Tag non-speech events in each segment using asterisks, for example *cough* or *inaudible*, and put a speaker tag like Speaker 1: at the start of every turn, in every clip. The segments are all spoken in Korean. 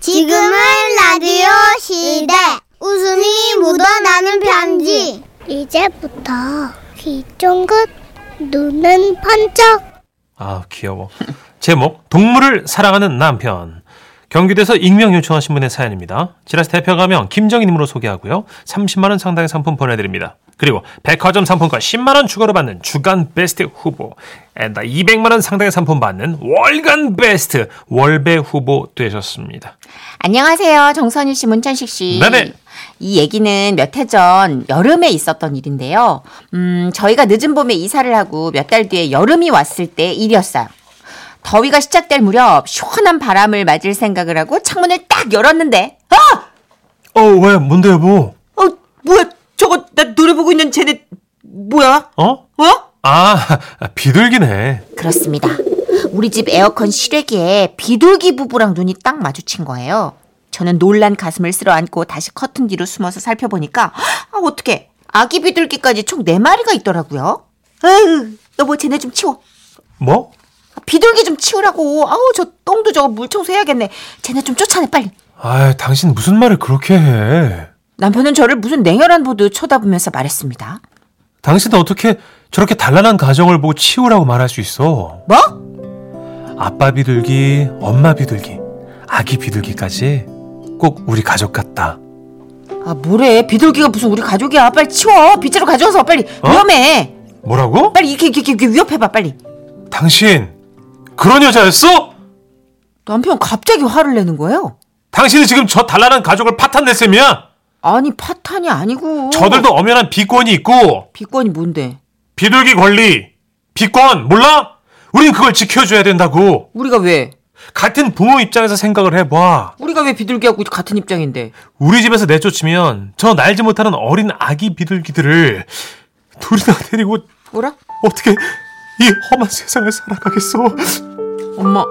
Speaker 1: 지금은 라디오 시대. 웃음이 묻어나는 편지. 이제부터 귀 쫑긋, 눈은 번쩍.
Speaker 2: 아 귀여워. 제목 동물을 사랑하는 남편. 경기도에서 익명 요청하신 분의 사연입니다. 지라스 대표 가면 김정희님으로 소개하고요. 30만 원 상당의 상품 보내드립니다. 그리고 백화점 상품권 10만 원 추가로 받는 주간 베스트 후보, 앤다 200만 원 상당의 상품 받는 월간 베스트 월배 후보 되셨습니다.
Speaker 3: 안녕하세요. 정선희 씨, 문천식 씨.
Speaker 2: 네네.
Speaker 3: 이 얘기는 몇 해 전 여름에 있었던 일인데요. 음, 저희가 늦은 봄에 이사를 하고 몇 달 뒤에 여름이 왔을 때 일이었어요. 더위가 시작될 무렵 시원한 바람을 맞을 생각을 하고 창문을 딱 열었는데 아!
Speaker 2: 어 왜 뭔데 여보?
Speaker 3: 어, 뭐야? 저거 나 노래 보고 있는 쟤네 뭐야?
Speaker 2: 어?
Speaker 3: 어?
Speaker 2: 아 비둘기네.
Speaker 3: 그렇습니다. 우리 집 에어컨 실외기에 비둘기 부부랑 눈이 딱 마주친 거예요. 저는 놀란 가슴을 쓸어안고 다시 커튼 뒤로 숨어서 살펴보니까 아 어떻게 아기 비둘기까지 총 네 마리가 있더라고요. 에휴, 여보 쟤네 좀 치워.
Speaker 2: 뭐?
Speaker 3: 아, 비둘기 좀 치우라고. 아우 저 똥도 저거 물 청소해야겠네. 쟤네 좀 쫓아내 빨리.
Speaker 2: 아 당신 무슨 말을 그렇게 해?
Speaker 3: 남편은 저를 무슨 냉혈한 보듯 쳐다보면서 말했습니다.
Speaker 2: 당신은 어떻게 저렇게 단란한 가정을 보고 치우라고 말할 수 있어?
Speaker 3: 뭐?
Speaker 2: 아빠 비둘기, 엄마 비둘기, 아기 비둘기까지 꼭 우리 가족 같다.
Speaker 3: 아 뭐래 비둘기가 무슨 우리 가족이야. 빨리 치워. 빗자루 가져와서 빨리
Speaker 2: 어?
Speaker 3: 위험해.
Speaker 2: 뭐라고?
Speaker 3: 빨리 이렇게 이렇게, 이렇게 위협해봐 빨리.
Speaker 2: 당신 그런 여자였어?
Speaker 3: 남편 갑자기 화를 내는 거예요?
Speaker 2: 당신이 지금 저 단란한 가족을 파탄낼 셈이야?
Speaker 3: 아니 파탄이 아니고
Speaker 2: 저들도 엄연한 비권이 있고
Speaker 3: 비권이 뭔데?
Speaker 2: 비둘기 권리, 비권 몰라? 우린 그걸 지켜줘야 된다고.
Speaker 3: 우리가 왜?
Speaker 2: 같은 부모 입장에서 생각을 해봐.
Speaker 3: 우리가 왜 비둘기하고 같은 입장인데?
Speaker 2: 우리 집에서 내쫓으면 저 날지 못하는 어린 아기 비둘기들을 둘이나 데리고
Speaker 3: 뭐라?
Speaker 2: 어떻게 이 험한 세상을 살아가겠어?
Speaker 3: 엄마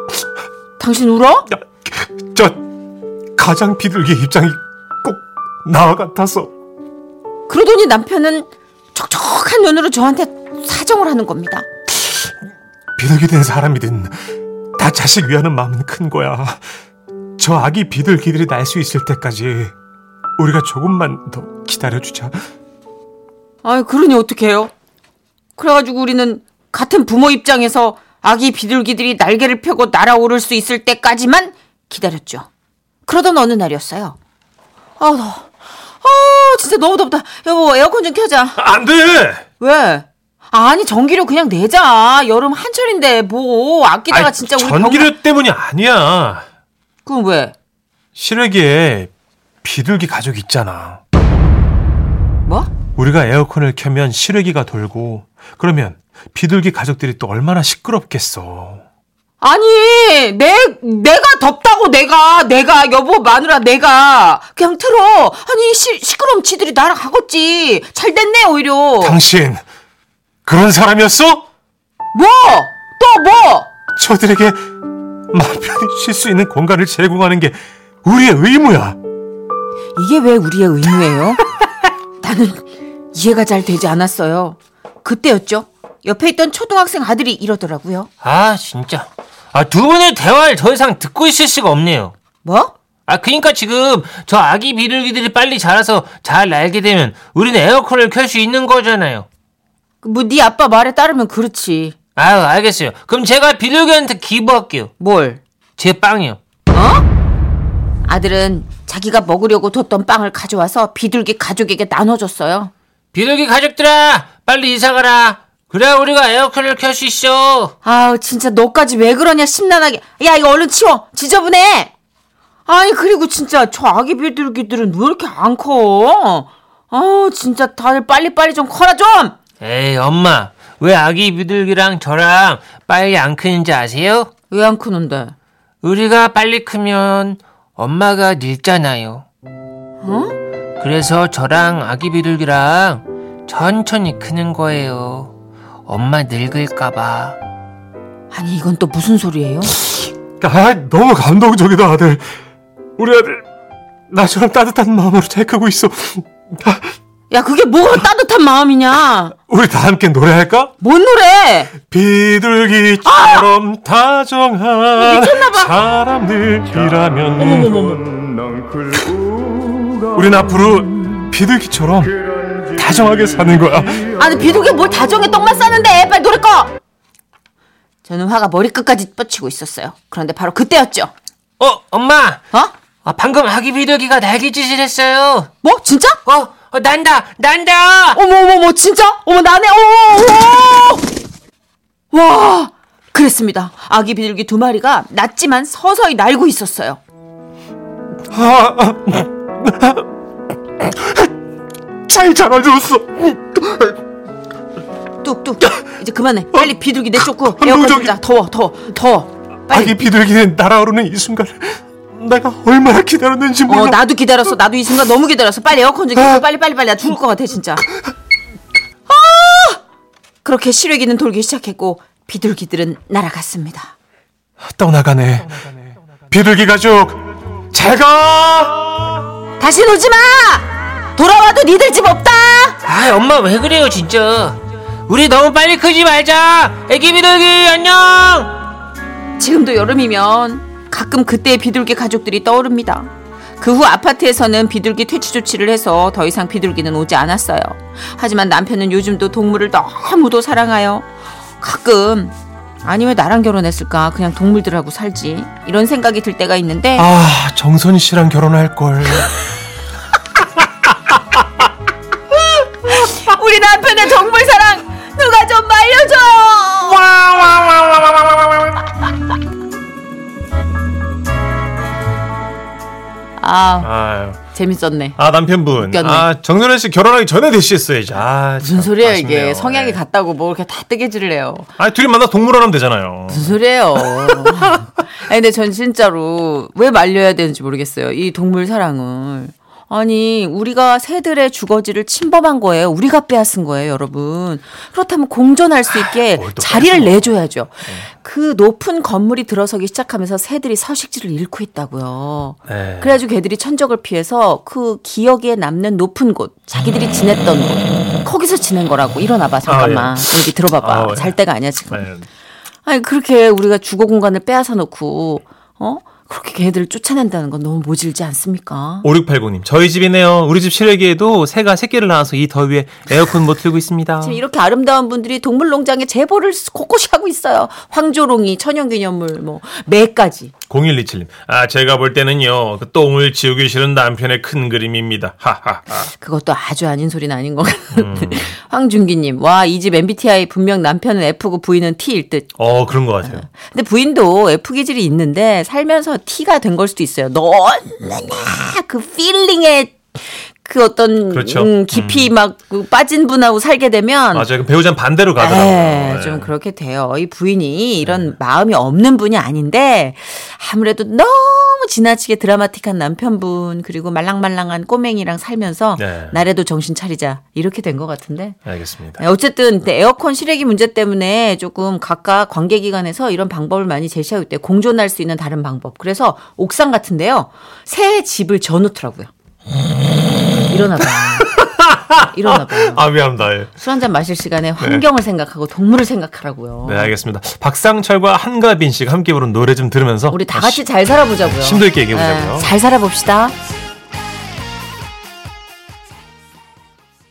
Speaker 3: 당신 울어?
Speaker 2: 저 가장 비둘기의 입장이 꼭 나와 같아서
Speaker 3: 그러더니 남편은 촉촉한 눈으로 저한테 사정을 하는 겁니다
Speaker 2: 비둘기 된 사람이든 다 자식 위하는 마음은 큰 거야. 저 아기 비둘기들이 날 수 있을 때까지 우리가 조금만 더 기다려주자.
Speaker 3: 아유 그러니 어떡해요? 그래가지고 우리는 같은 부모 입장에서 아기 비둘기들이 날개를 펴고 날아오를 수 있을 때까지만 기다렸죠. 그러던 어느 날이었어요. 아, 더워. 아, 진짜 너무 덥다. 여보, 에어컨 좀 켜자.
Speaker 2: 안 돼!
Speaker 3: 왜? 아니, 전기료 그냥 내자. 여름 한철인데, 뭐. 아끼다가 진짜 우리
Speaker 2: 전기료
Speaker 3: 병-
Speaker 2: 때문이 아니야.
Speaker 3: 그럼 왜?
Speaker 2: 실외기에 비둘기 가족 있잖아.
Speaker 3: 뭐?
Speaker 2: 우리가 에어컨을 켜면 실외기가 돌고 그러면 비둘기 가족들이 또 얼마나 시끄럽겠어.
Speaker 3: 아니, 내, 내가 덥다고 내가, 내가, 여보, 마누라, 내가. 그냥 틀어. 아니, 시, 시끄러움 지들이 나랑 하겠지. 잘 됐네, 오히려.
Speaker 2: 당신 그런 사람이었어?
Speaker 3: 뭐? 또 뭐?
Speaker 2: 저들에게 마음 편히 쉴 수 있는 공간을 제공하는 게 우리의 의무야.
Speaker 3: 이게 왜 우리의
Speaker 2: *laughs*
Speaker 3: 의무예요? 나는 이해가 잘 되지 않았어요. 그때였죠. 옆에 있던 초등학생 아들이 이러더라고요.
Speaker 4: 아 진짜 아 두 분의 대화를 더 이상 듣고 있을 수가 없네요
Speaker 3: 뭐?
Speaker 4: 아 그러니까 지금 저 아기 비둘기들이 빨리 자라서 잘 날게 되면 우리는 에어컨을 켤 수 있는 거잖아요
Speaker 3: 뭐, 네 아빠 말에 따르면 그렇지.
Speaker 4: 아유 알겠어요 그럼 제가 비둘기한테 기부할게요
Speaker 3: 뭘? 어?
Speaker 4: 제 빵이요
Speaker 3: 아들은 자기가 먹으려고 뒀던 빵을 가져와서 비둘기 가족에게 나눠줬어요.
Speaker 4: 비둘기 가족들아 빨리 이사가라 그래야 우리가 에어컨을 켤 수 있어
Speaker 3: 아우 진짜 너까지 왜 그러냐 심란하게 야 이거 얼른 치워 지저분해 아니 그리고 진짜 저 아기 비둘기들은 왜 이렇게 안커 아우 진짜 다들 빨리빨리 좀 커라 좀
Speaker 4: 에이 엄마 왜 아기 비둘기랑 저랑 빨리 안 크는지 아세요?
Speaker 3: 왜 안 크는데
Speaker 4: 우리가 빨리 크면 엄마가 늙잖아요. 어? 그래서 저랑 아기 비둘기랑 천천히 크는 거예요. 엄마 늙을까봐.
Speaker 3: 아니 이건 또 무슨 소리예요
Speaker 2: 아, 너무 감동적이다, 아들. 우리 아들 나처럼 따뜻한 마음으로 잘 크고 있어.
Speaker 3: 야, 그게 뭐가 따뜻한 마음이냐?
Speaker 2: 우리 다 함께 노래할까?
Speaker 3: 뭔 노래?
Speaker 2: 비둘기처럼 다정한
Speaker 3: 미쳤나봐.
Speaker 2: 사람들이라면 우린 앞으로 비둘기처럼 다정하게 사는 거야.
Speaker 3: 아니, 비둘기 뭘 다정해 똥만 싸는데! 빨리 노래 꺼! 저는 화가 머리끝까지 뻗치고 있었어요. 그런데 바로 그때였죠.
Speaker 4: 어, 엄마!
Speaker 3: 어?
Speaker 4: 아, 방금 아기 비둘기가 날개짓을 했어요.
Speaker 3: 뭐? 진짜?
Speaker 4: 어, 어, 난다! 난다!
Speaker 3: 어머 어머 어머 진짜? 어머 나네 어머 어머 와 그랬습니다 아기 비둘기 두 마리가 낮지만 서서히 날고 있었어요
Speaker 2: 아, 잘 자라줬어.
Speaker 3: 뚝뚝 이제 그만해 빨리 비둘기 내쫓고 에어컨
Speaker 2: 감동적이-
Speaker 3: 틀자 더워 더워 더워
Speaker 2: 아기
Speaker 3: 빨리
Speaker 2: 비둘기는 날아오르는 이 순간 내가 얼마나 기다렸는지 몰라.
Speaker 3: 어 나도 기다렸어 나도 이 순간 너무 기다렸어 빨리 에어컨 좀
Speaker 2: 아.
Speaker 3: 켜고 빨리 빨리 빨리 나 죽을 것 같아 진짜 아 그렇게 시래기는 돌기 시작했고 비둘기들은 날아갔습니다
Speaker 2: 떠나가네. 비둘기 가족 잘가.
Speaker 3: 다시 오지 마 돌아와도 니들 집 없다
Speaker 4: 아, 엄마 왜 그래요, 진짜. 우리 너무 빨리 크지 말자! 아기 비둘기, 안녕!
Speaker 3: 지금도 여름이면 가끔 그때의 비둘기 가족들이 떠오릅니다. 그 후 아파트에서는 비둘기 퇴치 조치를 해서 더 이상 비둘기는 오지 않았어요. 하지만 남편은 요즘도 동물을 너무도 사랑하여 가끔 아니 왜 나랑 결혼했을까 그냥 동물들하고 살지 이런 생각이 들 때가 있는데
Speaker 2: 아 정선희 씨랑 결혼할 걸.
Speaker 3: 우리 남편의 동물 사랑 누가 좀 말려줘요. 아
Speaker 2: 아유.
Speaker 3: 재밌었네.
Speaker 2: 아 남편분.
Speaker 3: 웃겼네.
Speaker 2: 아 정선희 씨 결혼하기 전에 대시했어야지. 아,
Speaker 3: 무슨
Speaker 2: 참
Speaker 3: 소리야
Speaker 2: 아쉽네요.
Speaker 3: 이게 성향이
Speaker 2: 네.
Speaker 3: 같다고 뭐 이렇게 다 뜨개질을 해요.
Speaker 2: 아 둘이 만나 동물원하면 되잖아요.
Speaker 3: 무슨 소리예요? *laughs* 아니, 근데 전 진짜로 왜 말려야 되는지 모르겠어요. 이 동물 사랑을. 아니, 우리가 새들의 주거지를 침범한 거예요. 우리가 빼앗은 거예요, 여러분. 그렇다면 공존할 수 있게
Speaker 2: 아, 뭘또 네.
Speaker 3: 자리를 내줘야죠. 그 높은 건물이 들어서기 시작하면서 새들이 서식지를 잃고 있다고요.
Speaker 2: 네.
Speaker 3: 그래가지고 걔들이 천적을 피해서 그 기억에 남는 높은 곳, 자기들이
Speaker 2: 음.
Speaker 3: 지냈던 곳, 거기서 지낸 거라고. 일어나봐, 잠깐만. 여기 들어봐봐.
Speaker 2: 아, 예.
Speaker 3: 잘 때가 아니야, 지금.
Speaker 2: 네.
Speaker 3: 아니 그렇게 우리가 주거 공간을 빼앗아 놓고 어 그렇게 걔들을 쫓아낸다는 건 너무 모질지 않습니까?
Speaker 2: 5689님, 저희 집이네요. 우리 집 실외기에도 새가 새끼를 낳아서 이 더위에 에어컨 못 틀고 있습니다.
Speaker 3: *laughs* 지금 이렇게 아름다운 분들이 동물농장에 제보를 곳곳이 하고 있어요. 황조롱이, 천연기념물, 뭐 매까지.
Speaker 2: 0127님, 아, 제가 볼 때는요, 그 똥을 지우기 싫은 남편의 큰 그림입니다. 하하하.
Speaker 3: 그것도 아주 아닌 소리는 아닌 것
Speaker 2: 음.
Speaker 3: 같은데. *laughs* 황준기님, 와 이 집 MBTI 분명 남편은 F고 부인은 T일 듯.
Speaker 2: 어, 그런 것 같아요.
Speaker 3: 근데 부인도 F 기질이 있는데 살면서 T가 된 걸 수도 있어요. 너무나 그 필링에 그 어떤
Speaker 2: 그렇죠.
Speaker 3: 음, 깊이 막그 빠진 분하고 살게 되면
Speaker 2: 맞아요. 그 배우자는 반대로
Speaker 3: 네,
Speaker 2: 가더라고요. 예.
Speaker 3: 좀 그렇게 돼요. 이 부인이 이런 마음이 없는 분이 아닌데 아무래도 너무 지나치게 드라마틱한 남편분 그리고 말랑말랑한 꼬맹이랑 살면서
Speaker 2: 네.
Speaker 3: 나래도 정신 차리자 이렇게 된 것 같은데
Speaker 2: 알겠습니다.
Speaker 3: 네, 어쨌든 근데 에어컨 실외기 문제 때문에 조금 각각 관계기관에서 이런 방법을 많이 제시하고 있대요. 공존할 수 있는 다른 방법. 그래서 옥상 같은데요. 새 집을 져놓더라고요.
Speaker 2: *laughs*
Speaker 3: 일어나봐. 일어나봐.
Speaker 2: 아, 미안합니다. 예.
Speaker 3: 술 한잔 마실 시간에 환경을 생각하고 동물을 생각하라고요.
Speaker 2: 네, 알겠습니다. 박상철과 한가빈 씨가 함께 부른 노래 좀 들으면서
Speaker 3: 우리 다 같이 잘 살아보자고요.
Speaker 2: 심도 있게 얘기해보자고요.
Speaker 3: 네, 잘 살아봅시다.